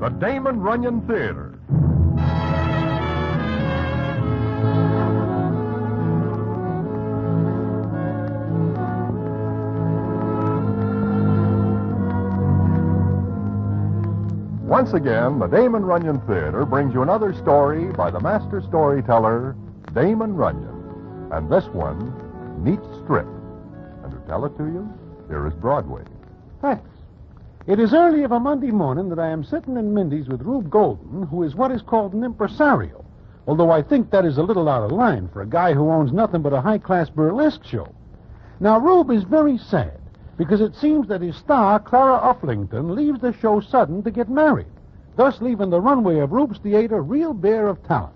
the Damon Runyon Theater. Once again, the Damon Runyon Theater brings you another story by the master storyteller, Damon Runyon. And this one, Neat Strip. And to tell it to you, here is Broadway. Thanks. It is early of a Monday morning that I am sitting in Mindy's with Rube Golden, who is what is called an impresario. Although I think that is a little out of line for a guy who owns nothing but a high class burlesque show. Now, Rube is very sad because it seems that his star, Clara Ufflington, leaves the show sudden to get married, thus leaving the runway of Rube's theater real bare of talent.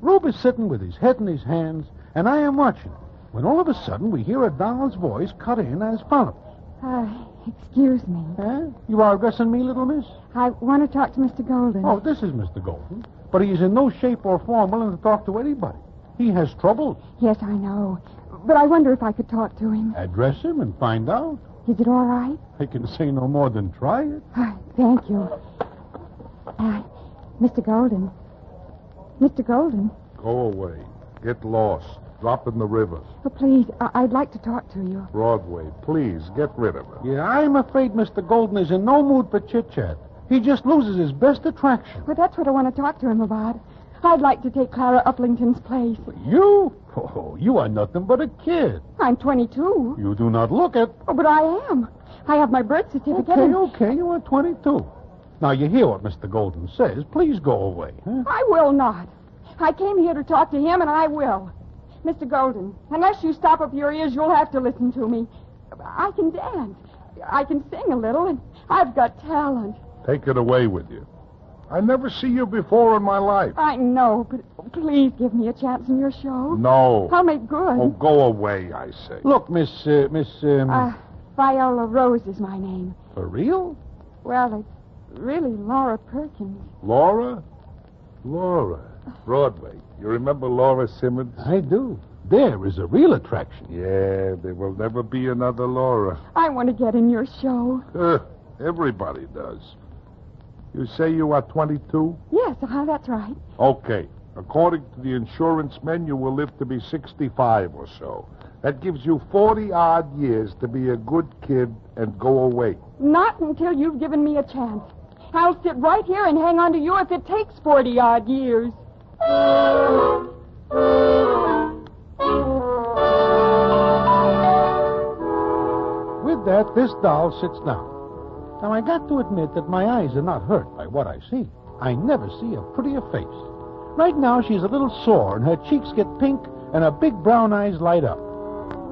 Rube is sitting with his head in his hands, and I am watching when all of a sudden we hear a doll's voice cut in as follows. Uh, excuse me. Eh? You are addressing me, little miss? I want to talk to Mr. Golden. Oh, this is Mr. Golden. But he is in no shape or form willing to talk to anybody. He has troubles. Yes, I know. But I wonder if I could talk to him. Address him and find out. Is it all right? I can say no more than try it. Uh, thank you. Uh, Mr. Golden. Mr. Golden. Go away. Get lost. Drop in the river. Oh, please, I- I'd like to talk to you. Broadway, please get rid of her. Yeah, I'm afraid Mr. Golden is in no mood for chit chat. He just loses his best attraction. Well, that's what I want to talk to him about. I'd like to take Clara Uplington's place. You? Oh, you are nothing but a kid. I'm 22. You do not look it. Oh, but I am. I have my birth certificate. Okay, and- okay, you are 22. Now, you hear what Mr. Golden says. Please go away. Huh? I will not. I came here to talk to him, and I will. Mr. Golden, unless you stop up your ears, you'll have to listen to me. I can dance. I can sing a little, and I've got talent. Take it away with you. I never see you before in my life. I know, but please give me a chance in your show. No. I'll make good. Oh, go away, I say. Look, Miss, uh, Miss, um, Uh, Viola Rose is my name. for real? Well, it's really Laura Perkins. Laura? Laura. Broadway. You remember Laura Simmons? I do. There is a real attraction. Yeah, there will never be another Laura. I want to get in your show. Ugh, everybody does. You say you are 22? Yes, uh, that's right. Okay. According to the insurance men, you will live to be 65 or so. That gives you 40 odd years to be a good kid and go away. Not until you've given me a chance. I'll sit right here and hang on to you if it takes 40 odd years. With that, this doll sits down. Now, I got to admit that my eyes are not hurt by what I see. I never see a prettier face. Right now, she's a little sore, and her cheeks get pink, and her big brown eyes light up.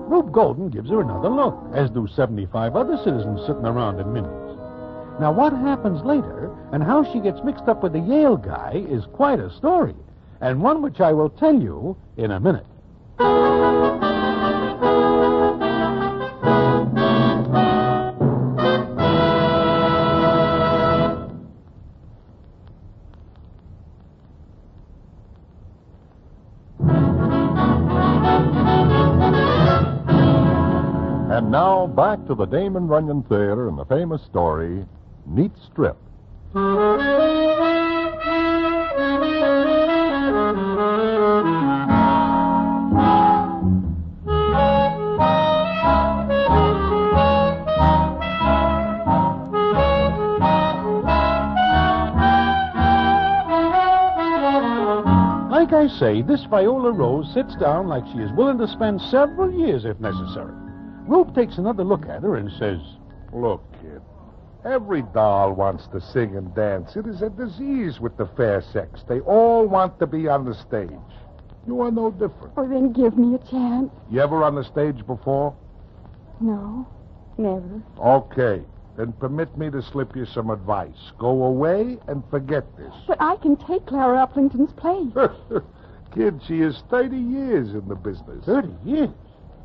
Rube Golden gives her another look, as do 75 other citizens sitting around in Minnie's. Now, what happens later and how she gets mixed up with the Yale guy is quite a story, and one which I will tell you in a minute. And now, back to the Damon Runyon Theater and the famous story, Neat Strip. Like I say, this Viola Rose sits down like she is willing to spend several years if necessary. Rube takes another look at her and says, Look, kid. Every doll wants to sing and dance. It is a disease with the fair sex. They all want to be on the stage. You are no different. Oh, then give me a chance. You ever on the stage before? No, never. Okay. Then permit me to slip you some advice. Go away and forget this. But I can take Clara Uplington's place. Kid, she is 30 years in the business. 30 years.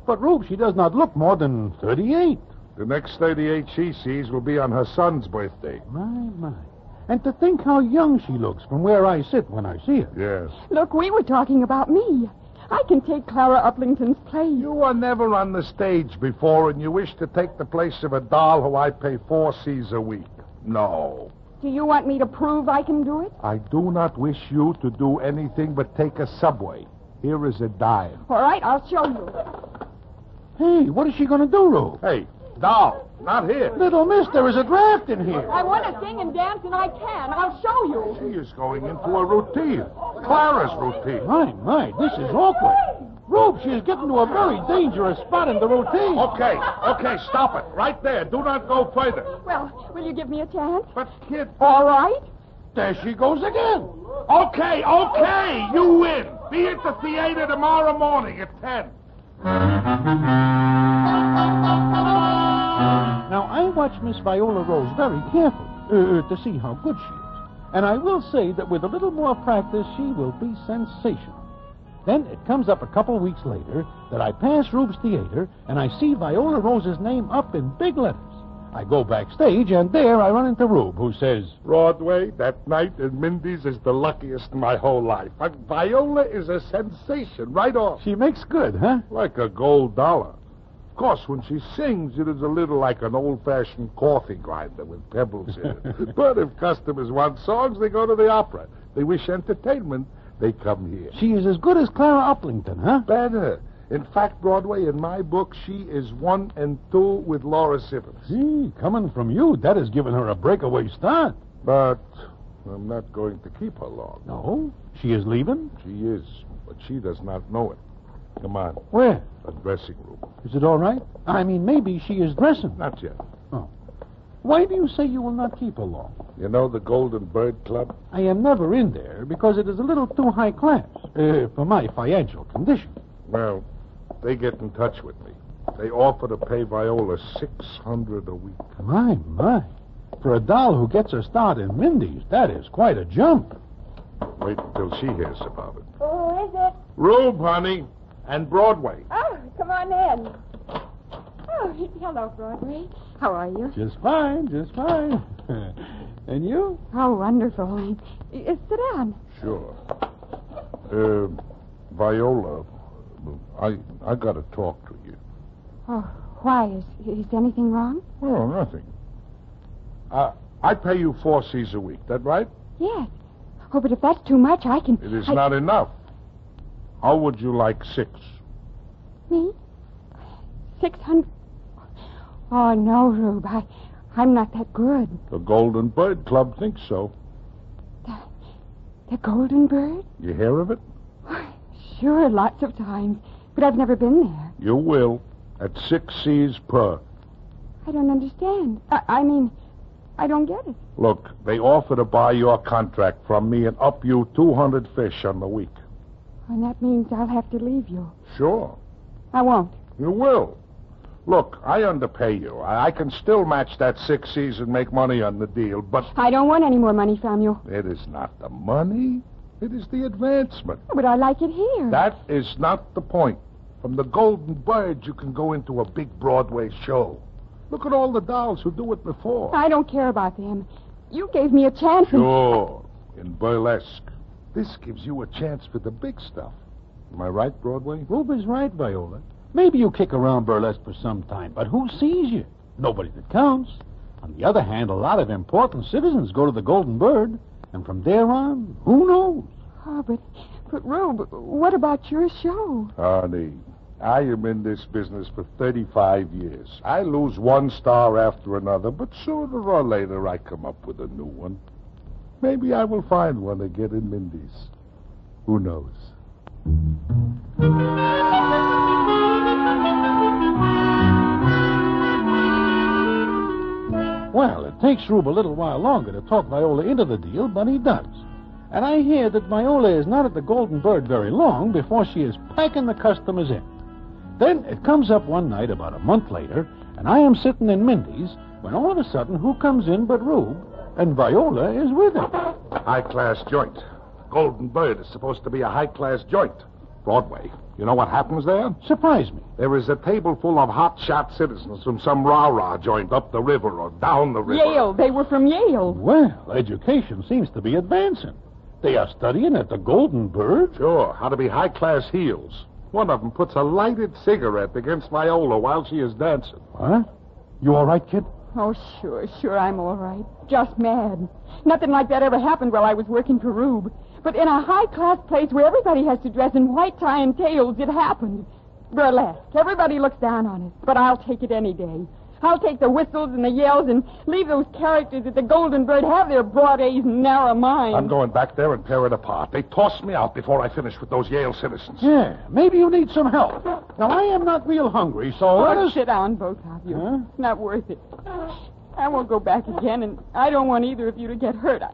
But Rube, she does not look more than 38. The next 38 she sees will be on her son's birthday. My, my. And to think how young she looks from where I sit when I see her. Yes. Look, we were talking about me. I can take Clara Uplington's place. You are never on the stage before, and you wish to take the place of a doll who I pay four C's a week. No. Do you want me to prove I can do it? I do not wish you to do anything but take a subway. Here is a dime. All right, I'll show you. Hey, what is she going to do, Rube? Hey, doll, not here. Little miss, there is a draft in here. I want to sing and dance, and I can. I'll show you. She is going into a routine. Clara's routine. My, my, this is awkward. Rube, she is getting to a very dangerous spot in the routine. Okay, okay, stop it. Right there. Do not go further. Well, will you give me a chance? But, kid. oh, All right. There she goes again. Okay, okay, you win. Be at the theater tomorrow morning at 10. Now, I watch Miss Viola Rose very carefully uh, to see how good she is. And I will say that with a little more practice, she will be sensational. Then it comes up a couple weeks later that I pass Rube's Theater and I see Viola Rose's name up in big letters. I go backstage and there I run into Rube, who says, Broadway, that night in Mindy's is the luckiest in my whole life. But Viola is a sensation right off. She makes good, huh? Like a gold dollar. Of course, when she sings, it is a little like an old fashioned coffee grinder with pebbles in it. but if customers want songs, they go to the opera. They wish entertainment, they come here. She is as good as Clara Uplington, huh? Better. In fact, Broadway, in my book, she is one and two with Laura Simmons. Gee, coming from you, that has given her a breakaway start. But I'm not going to keep her long. No, she is leaving? She is, but she does not know it. Come on, Where? a dressing room. Is it all right? I mean, maybe she is dressing. Not yet. Why do you say you will not keep her long? You know the Golden Bird Club? I am never in there because it is a little too high class uh, for my financial condition. Well, they get in touch with me. They offer to pay Viola six hundred a week. My, my. For a doll who gets her start in Mindy's, that is quite a jump. Wait until she hears about it. Oh, Who is it? Rube, honey, and Broadway. Oh, come on in. Oh, hello, Broadway. How are you? Just fine, just fine. and you? How Oh, wonderful. Uh, sit down. Sure. Uh, Viola, I I got to talk to you. Oh, why? Is, is anything wrong? Oh, nothing. I I pay you four C's a week. That right? Yes. Oh, but if that's too much, I can. It is I- not enough. How would you like six? Me? Six hundred. Oh, no, Rube. I, I'm not that good. The Golden Bird Club thinks so. The Golden Bird? You hear of it? Sure, lots of times. But I've never been there. You will. At six C's per. I don't understand. I, I mean, I don't get it. Look, they offer to buy your contract from me and up you 200 fish on the week. And that means I'll have to leave you. Sure. I won't. You will. Look, I underpay you. I, I can still match that six C's and make money on the deal, but I don't want any more money from you. it is not the money. It is the advancement. But I like it here. That is not the point. From the Golden Bird, you can go into a big Broadway show. Look at all the dolls who do it before. I don't care about them. You gave me a chance. and- Sure, in burlesque. This gives you a chance for the big stuff. Am I right, Broadway? Rube is right, Viola. Maybe you kick around burlesque for some time, but who sees you? Nobody that counts. On the other hand, a lot of important citizens go to the Golden Bird, and from there on, who knows? Oh, but, but Rube, what about your show? Honey, I am in this business for 35 years. I lose one star after another, but sooner or later I come up with a new one. Maybe I will find one again in Mindy's. Who knows? Well, it takes Rube a little while longer to talk Viola into the deal, but he does. And I hear that Viola is not at the Golden Bird very long before she is packing the customers in. Then it comes up one night about a month later, and I am sitting in Mindy's when all of a sudden who comes in but Rube, and Viola is with him. High class joint. Golden Bird is supposed to be a high class joint. Broadway. You know what happens there? Surprise me. There is a table full of hot shot citizens from some rah rah joint up the river or down the river. Yale. They were from Yale. Well, education seems to be advancing. They are studying at the Golden Bird. Sure, how to be high class heels. One of them puts a lighted cigarette against Viola while she is dancing. What? You all right, kid? Oh, sure, sure, I'm all right. Just mad. Nothing like that ever happened while I was working for Rube. But in a high class place where everybody has to dress in white tie and tails, it happened. Burlesque. Everybody looks down on it. But I'll take it any day. I'll take the whistles and the yells and leave those characters at the Golden Bird have their broad A's and narrow minds. I'm going back there and tear it apart. They tossed me out before I finished with those Yale citizens. Yeah, maybe you need some help. Now, I am not real hungry, so let Oh, us. sit down, both of you. Huh? It's not worth it. I won't go back again, and I don't want either of you to get hurt. I...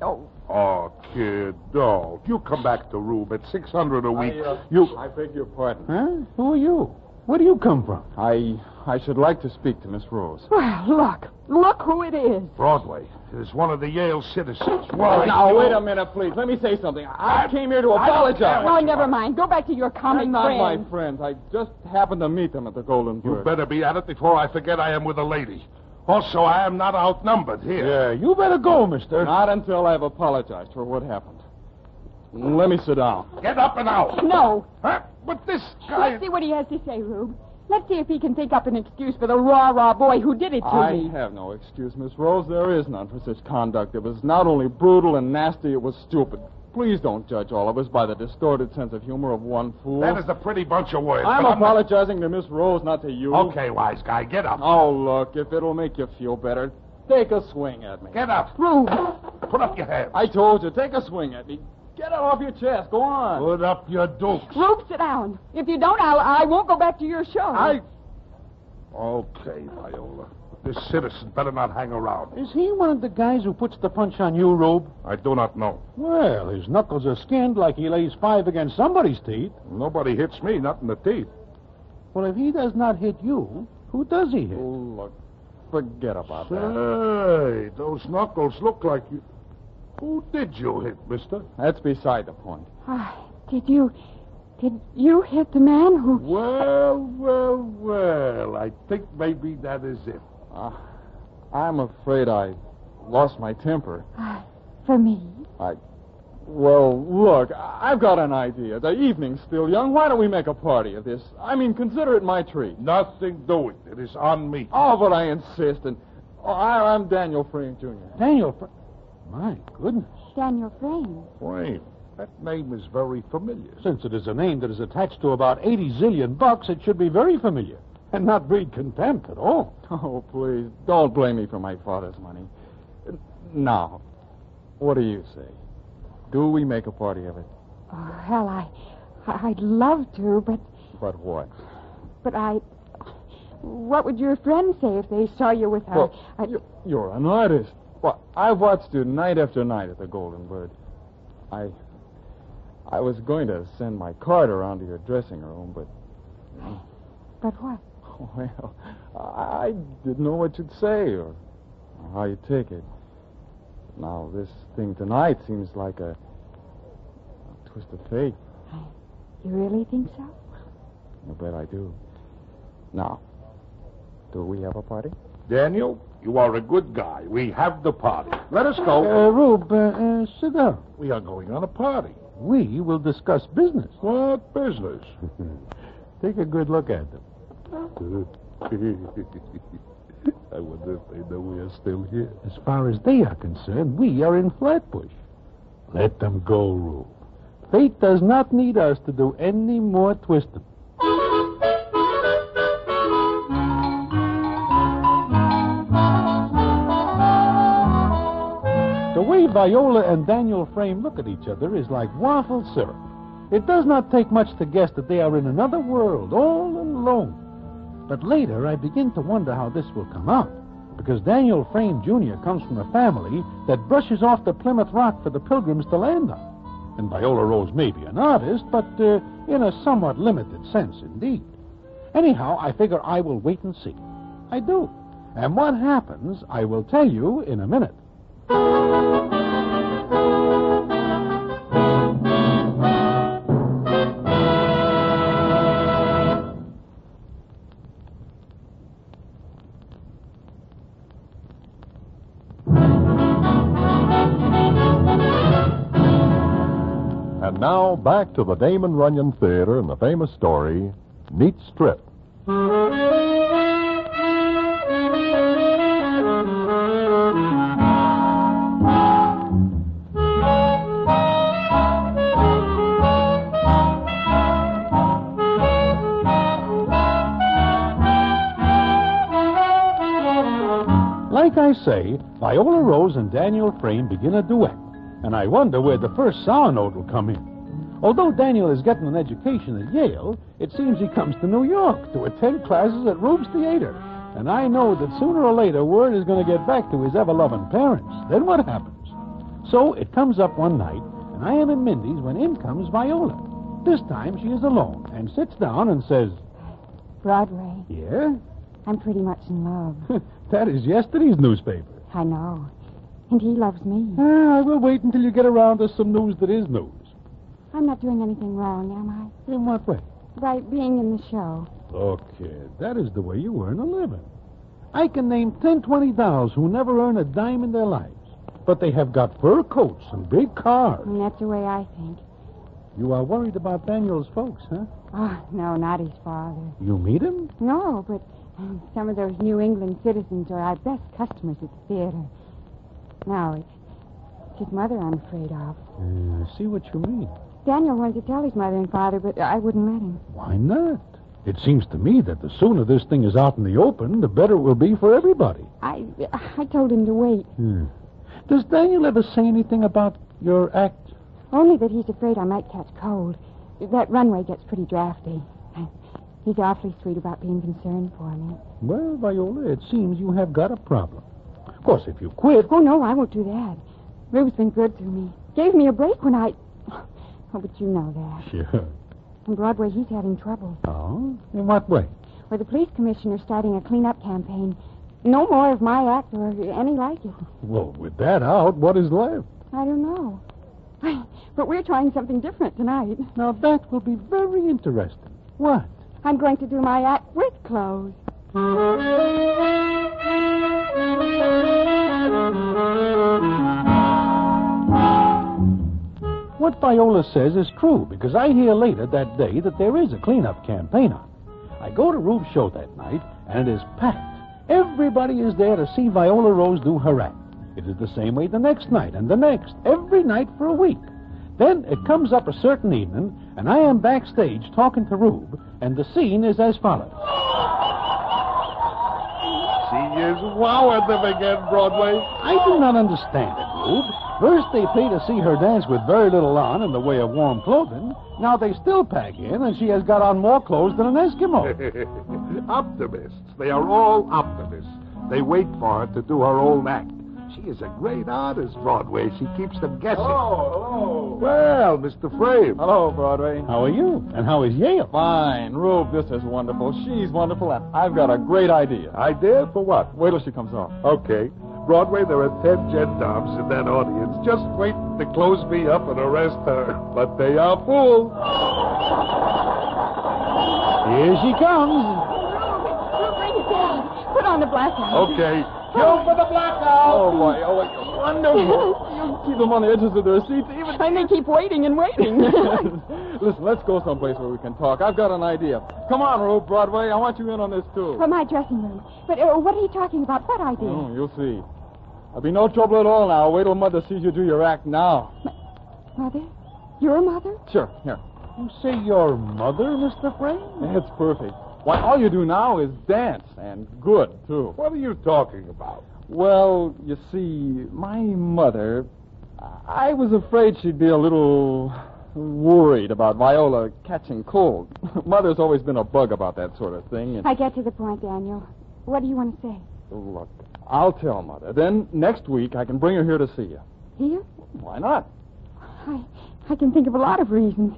Oh, Oh, kid, don't. You come back to Rube at 600 a week. You. I uh, beg your pardon. Huh? Who are you? Where do you come from? I I should like to speak to Miss Rose. well, look. Look who it is. Broadway. There's one of the Yale citizens. Oh, Why? now wait a minute, please. Let me say something. I, I came here to apologize. Oh, never mind. Go back to your They're comic not friends. my friends. I just happened to meet them at the Golden You Bird. better be at it before I forget I am with a lady. Also, I am not outnumbered here. Yeah, you better go, mister. Not until I've apologized for what happened. Let me sit down. Get up and out. No. Huh? But this guy. Let's see what he has to say, Rube. Let's see if he can think up an excuse for the rah-rah boy who did it to I me. have no excuse, Miss Rose. There is none for such conduct. It was not only brutal and nasty, it was stupid. Please don't judge all of us by the distorted sense of humor of one fool. That is a pretty bunch of words. I'm but not- apologizing to Miss Rose, not to you. Okay, wise guy, get up. Oh, look, if it'll make you feel better, take a swing at me. Get up. Rube. Put up your hand. I told you, take a swing at me. Get it off your chest. Go on. Put up your dukes. Rube, sit down. If you don't, I'll, I won't go back to your show. I. Okay, Viola. This citizen better not hang around. Is he one of the guys who puts the punch on you, Rube? I do not know. Well, his knuckles are skinned like he lays five against somebody's teeth. Nobody hits me, not in the teeth. Well, if he does not hit you, who does he hit? oh, Look, forget about that. Say, those knuckles look like you. Who did you hit, mister? That's beside the point. Ah, did you... Did you hit the man who... Well, well, well. I think maybe that is it. Uh, I'm afraid I lost my temper. Uh, For me. I. Well, look, I- I've got an idea. The evening's still young. Why don't we make a party of this? I mean, consider it my treat. Nothing doing. It is on me. Oh, but I insist. And oh, I, I'm Daniel Frame, Jr. Daniel. Fr- My goodness. Daniel Frame. Wayne, that name is very familiar. Since it is a name that is attached to about 80 zillion bucks, it should be very familiar and not breed contempt at all. Oh, please, don't blame me for my father's money. Uh, Now, what do you say? Do we make a party of it? Oh, hell, I, I- I'd love to, but, But what? but I. What would your friends say if they saw you with her? Well, I, you- You're an artist. Well, I watched you night after night at the Golden Bird. I. I was going to send my card around to your dressing room, but, But what? well, I I didn't know what you'd say or how you'd take it. Now, this thing tonight seems like a, a twist of fate. You really think so? You bet I do. Now, do we have a party? Daniel, you are a good guy. We have the party. Let us Uh, go. Rube, uh, uh, sit down. we are going on a party. We will discuss business. What business? Take a good look at them. I wonder if they know we are still here. As far as they are concerned, we are in Flatbush. Let them go, Rube. Fate does not need us to do any more twisting. The way Viola and Daniel Frame look at each other is like waffle syrup. It does not take much to guess that they are in another world, all alone. But later, I begin to wonder how this will come out, because Daniel Frame Jr. comes from a family that brushes off the Plymouth Rock for the pilgrims to land on. And Viola Rose may be an artist, but uh, in a somewhat limited sense, indeed. Anyhow, I figure I will wait and see. I do. And what happens, I will tell you in a minute. And now back to the Damon Runyon Theater and the famous story, Neat Strip. Thank you. like I say, Viola Rose and Daniel Frame begin a duet, and I wonder where the first sour note will come in. Although Daniel is getting an education at Yale, it seems he comes to New York to attend classes at Rube's Theater. And I know that sooner or later word is going to get back to his ever loving parents. Then what happens? So it comes up one night, and I am in Mindy's when in comes Viola. This time she is alone and sits down and says, Broadway. Yeah? I'm pretty much in love. that is yesterday's newspaper. I know. And he loves me. Ah, we'll wait until you get around to some news that is news. I'm not doing anything wrong, am In what way? I? By being in the show. Look, kid, that is the way you earn a living. I can name ten, twenty dolls who never earn a dime in their lives, but they have got fur coats and big cars. And that's the way I think. You are worried about Daniel's folks, huh? Oh, no, not his father. You meet him? No, but um, some of those New England citizens are our best customers at the theater. No, it's, it's his mother I'm afraid of. Uh, I see what you mean. Daniel wanted to tell his mother and father, but I wouldn't let him. Why not? It seems to me that the sooner this thing is out in the open, the better it will be for everybody. I, I told him to wait, Hmm. Does Daniel ever say anything about your act? only that he's afraid I might catch cold. That runway gets pretty drafty. He's awfully sweet about being concerned for me. Well, Viola, it seems you have got a problem. Of course, if you quit, Oh, no, I won't do that. Rube's been good to me. Gave me a break when I. Oh, but you know that. Sure. On Broadway, he's having trouble. Oh? In what way? Or the police commissioner's starting a clean-up campaign. No more of my act or any like it. Well, with that out, what is left? I don't know. But we're trying something different tonight. Now, that will be very interesting. What? I'm going to do my act with clothes. What Viola says is true, because I hear later that day that there is a cleanup campaign on. I go to Rube's show that night, and it is packed. Everybody is there to see Viola Rose do her act. It is the same way the next night, and the next, every night for a week. Then it comes up a certain evening, and I am backstage talking to Rube, and the scene is as follows. She is wow at them again, Broadway. I do not understand it, Rube. First, they pay to see her dance with very little on in the way of warm clothing. Now they still pack in, and she has got on more clothes than an Eskimo. optimists. They are all optimists. They wait for her to do her own act. She is a great artist, Broadway. She keeps them guessing. Oh, Well, Mr. Frame. Hello, Broadway. How are you? And how is Yale? Fine. Rube, this is wonderful. She's wonderful, and I've got a great idea. Idea for what? Wait till she comes on. Okay. Broadway, there are ten gendarmes in that audience just waiting to close me up and arrest her. But they are fools. Here she comes. Oh, Rube, bring it down. Put on the blackout. Okay. Go for the blackout. Oh, boy. Oh, it's wonderful. you keep them on the edges of their seats, even. And they keep waiting and waiting. Listen, let's go someplace where we can talk. I've got an idea. Come on, Rube, Broadway. I want you in on this, too. For my dressing room. But uh, what are you talking about? What idea? Oh, you'll see. There'll be no trouble at all now. Wait till Mother sees you do your act now. Mother? Your mother? Sure, here. You say your mother, Mr. Frame? That's perfect. Why, all you do now is dance, and good, too. What are you talking about? Well, you see, my mother, I was afraid she'd be a little worried about Viola catching cold. Mother's always been a bug about that sort of thing. And I get to the point, Daniel. What do you want to say? look, I'll tell Mother. Then next week I can bring her here to see you. Here? Why not? I, I can think of a lot of reasons.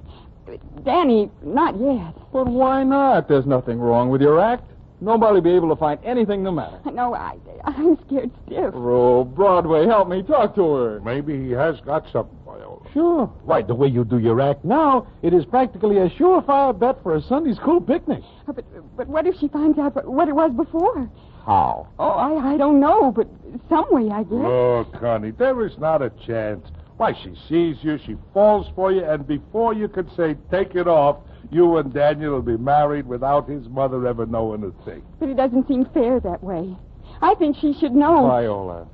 Danny, not yet. But why not? There's nothing wrong with your act. Nobody'll be able to find anything the matter. No, I, I'm scared stiff. Oh, Broadway, help me talk to her. Maybe he has got something, Viola. Sure. Why, the way you do your act now, it is practically a surefire bet for a Sunday school picnic. But, but what if she finds out what it was before? How? Oh, I, I don't know, but some way, I guess. Look, honey, there is not a chance. Why, she sees you, she falls for you, and before you can say, take it off, you and Daniel will be married without his mother ever knowing a thing. But it doesn't seem fair that way. I think she should know. Viola,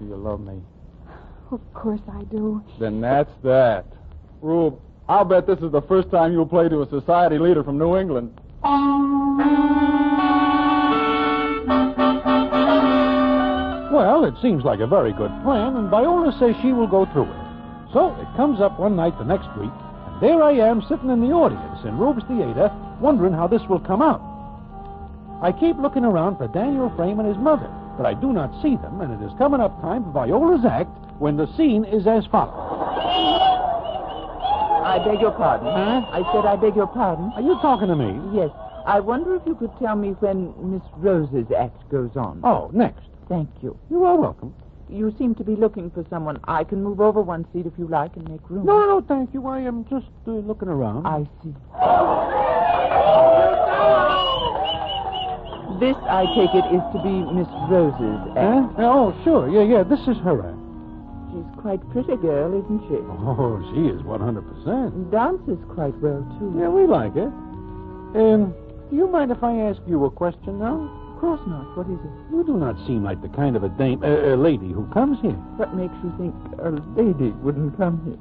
do you love me? Of course I do. Then that's that. Rube, I'll bet this is the first time you'll play to a society leader from New England. It seems like a very good plan, and Viola says she will go through it. So it comes up one night the next week, and there I am sitting in the audience in Rube's Theater, wondering how this will come out. I keep looking around for Daniel Frame and his mother, but I do not see them, and it is coming up time for Viola's act when the scene is as follows. I beg your pardon. Huh? I said I beg your pardon. Are you talking to me? Yes. I wonder if you could tell me when Miss Rose's act goes on. Oh, next. Thank you. You are welcome. You seem to be looking for someone. I can move over one seat if you like and make room. No, no, thank you. I am just uh, looking around. I see. This, I take it, is to be Miss Rose's Huh? act. Oh, sure. Yeah, yeah. This is her act. She's quite pretty girl, isn't she? Oh, she is 100%. Dances quite well, too. Yeah, we like it. Um, do you mind if I ask you a question now? Of course not. What is it? You do not seem like the kind of a dame, uh, uh, lady who comes here. What makes you think a lady wouldn't come here?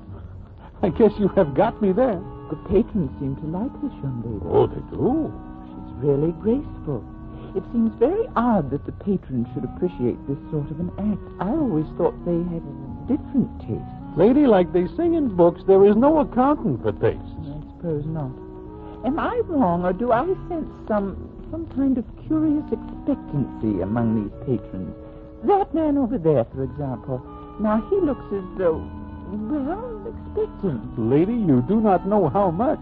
I guess you have got me there. The patrons seem to like this young lady. Oh, they do. She's really graceful. It seems very odd that the patrons should appreciate this sort of an act. I always thought they had different tastes. Lady, like they sing in books, there is no accounting for tastes. I suppose not. Am I wrong, or do I sense some some kind of curious expectancy among these patrons? That man over there, for example. Now he looks as though well expectant. Lady, you do not know how much.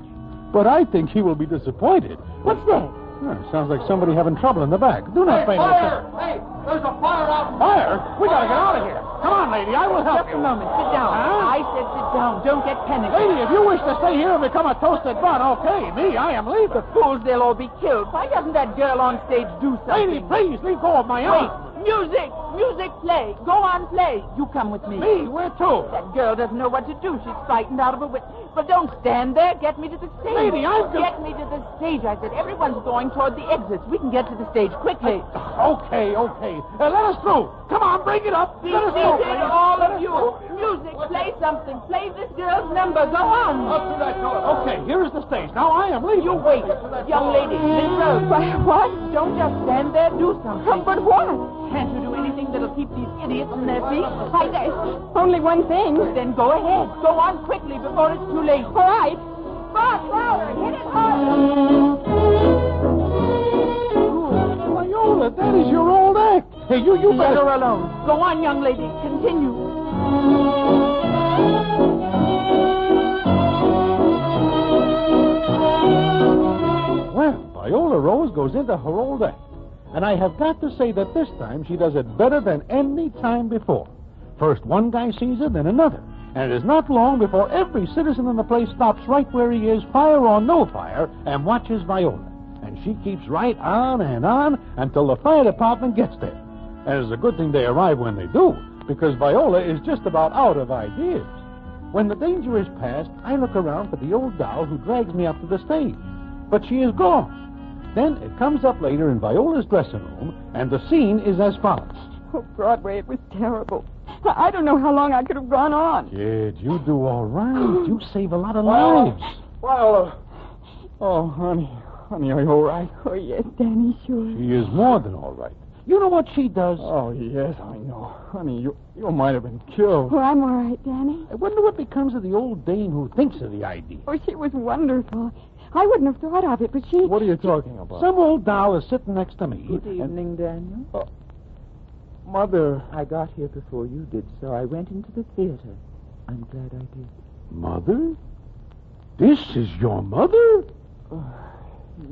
But I think he will be disappointed. What's that? Huh, sounds like somebody having trouble in the back. Do not faint. Fire! Hey, there's a fire out. Fire? We gotta get out of here. Come on, lady. I will help you. Just a moment. Sit down. Huh? I said sit down. Don't get panicky. Lady, if you wish to stay here and become a toasted bun, okay. Me, I am leaving. fools, they'll all be killed. Why doesn't that girl on stage do Lady, something? please leave go of my Wait. arm. Music! Music, play! Go on, play! You come with me. Me, where to? That girl doesn't know what to do. She's frightened out of her wit. But don't stand there. Get me to the stage. Lady, I'm go- Get me to the stage, I said. Everyone's going toward the exits. We can get to the stage quickly. Okay, okay. Uh, let us through. Come on, bring it up. Be let us through. seated, all of you. Music, play something. Play this girl's number. Go on. Up to that door. Okay, here is the stage. Now I am leaving. You wait. Young lady, Miss Rose. What? Don't just stand there. Do something. But what? Can't you do anything that'll keep these idiots from their feet? I, there's only one thing. Then go ahead. Go on quickly before it's too late. All right. Bob, louder. Hit it harder. Viola, that is your old act. Hey, you, you Let better. her alone. Go on, young lady. Continue. Well, Viola Rose goes into her old act. And I have got to say that this time she does it better than any time before. First one guy sees her, then another. And it is not long before every citizen in the place stops right where he is, fire or no fire, and watches Viola. And she keeps right on and on until the fire department gets there. And it's a good thing they arrive when they do, because Viola is just about out of ideas. When the danger is past, I look around for the old doll who drags me up to the stage. But she is gone. Then it comes up later in Viola's dressing room, and the scene is as follows. Oh, Broadway, it was terrible. I I don't know how long I could have gone on. Kid, you do all right. You save a lot of lives. uh, Viola! Oh, honey, honey, are you all right? Oh, yes, Danny, sure. She is more than all right. You know what she does? Oh, yes, I know. Honey, you, you might have been killed. Well, Oh, I'm all right, Danny. I wonder what becomes of the old dame who thinks of the idea. Oh, she was wonderful. I wouldn't have thought of it, but she. What are you talking about? Some old doll is sitting next to me. Good evening, Daniel. Mother. I got here before you did, so I went into the theater. I'm glad I did. Mother? This is your mother?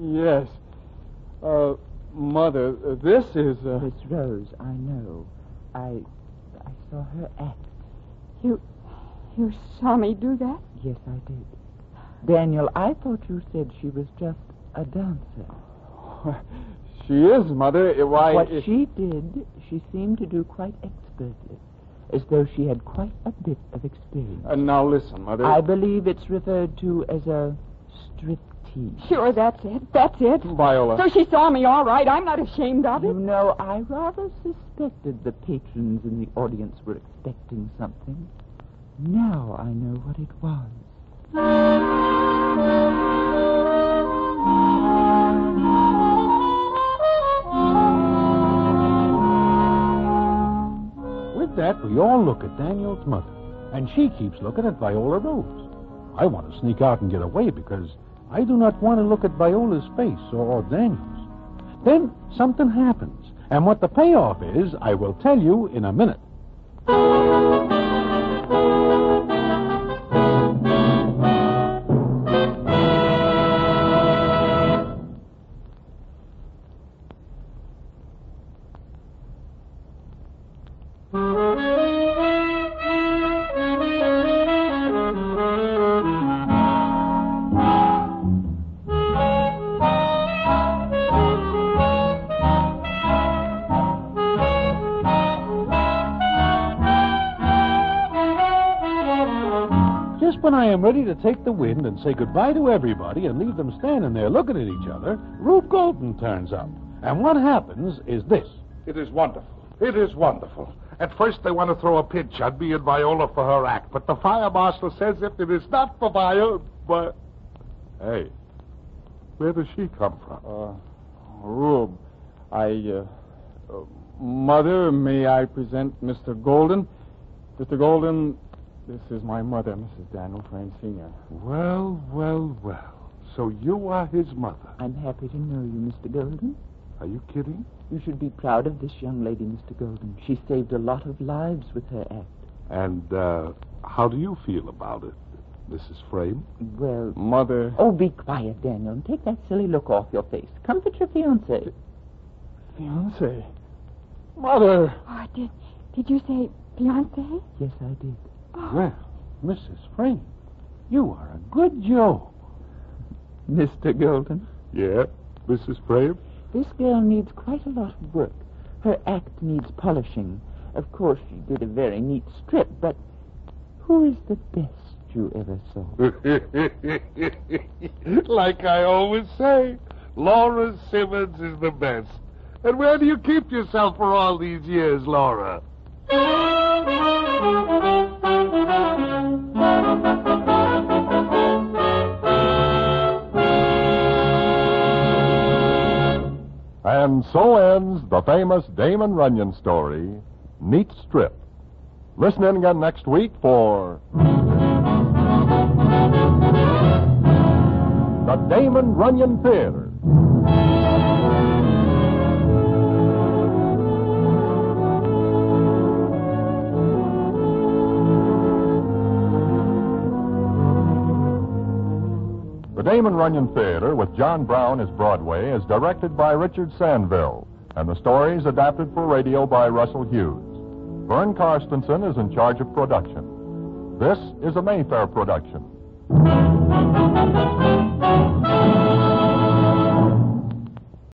Yes. Uh, Mother, uh, this is. Uh, Miss Rose, I know. I I saw her act. You saw me do that? Yes, I did. Daniel, I thought you said she was just a dancer. she is, Mother. Uh, Why. what it- she did, she seemed to do quite expertly, as though she had quite a bit of experience. Uh, now listen, Mother. I believe it's referred to as a striptease. Sure, that's it. That's it. Viola. So she saw me all right. I'm not ashamed of You it. Mm. know, I rather suspected the patrons in the audience were expecting something. Now I know what it was. that, we all look at Daniel's mother, and she keeps looking at Viola Rose. I want to sneak out and get away because I do not want to look at Viola's face or Daniel's. Then something happens, and what the payoff is, I will tell you in a minute. Just when I am ready to take the wind and say goodbye to everybody and leave them standing there looking at each other, Rube Golden turns up. And what happens is this. It is wonderful. It is wonderful. At first, they want to throw a pitch at me and Viola for her act, but the fire marshal says if it is not for Viola, but. Hey, where does she come from? Uh, Rube, I, uh, uh, mother, may I present Mr. Golden? Mr. Golden, this is my mother, Mrs. Daniel Crane Sr. Well, well, well. So you are his mother. I'm happy to know you, Mr. Golden. Are you kidding? You should be proud of this young lady, Mr. Golden. She saved a lot of lives with her act. And uh, how do you feel about it, Mrs. Frame? Well, Mother, oh, be quiet, Daniel, and take that silly look off your face. Comfort your fiancé. fiance, mother. Oh, did, did you say fiance? Yes, I did. Well, Mrs. Frame, you are a good Joe. Mr. Golden, Yeah, Mrs. Frame? this girl needs quite a lot of work. Her act needs polishing. Of course, she did a very neat strip, but who is the best you ever saw? like I always say, Laura Simmons is the best. And where do you keep yourself for all these years, Laura? And so ends the famous Damon Runyon story, Neat Strip. Listen in again next week for. The Damon Runyon Theater. The Damon Runyon Theater with John Brown as Broadway is directed by Richard Sandville, and the story is adapted for radio by Russell Hughes. Vern Carstensen is in charge of production. This is a Mayfair production.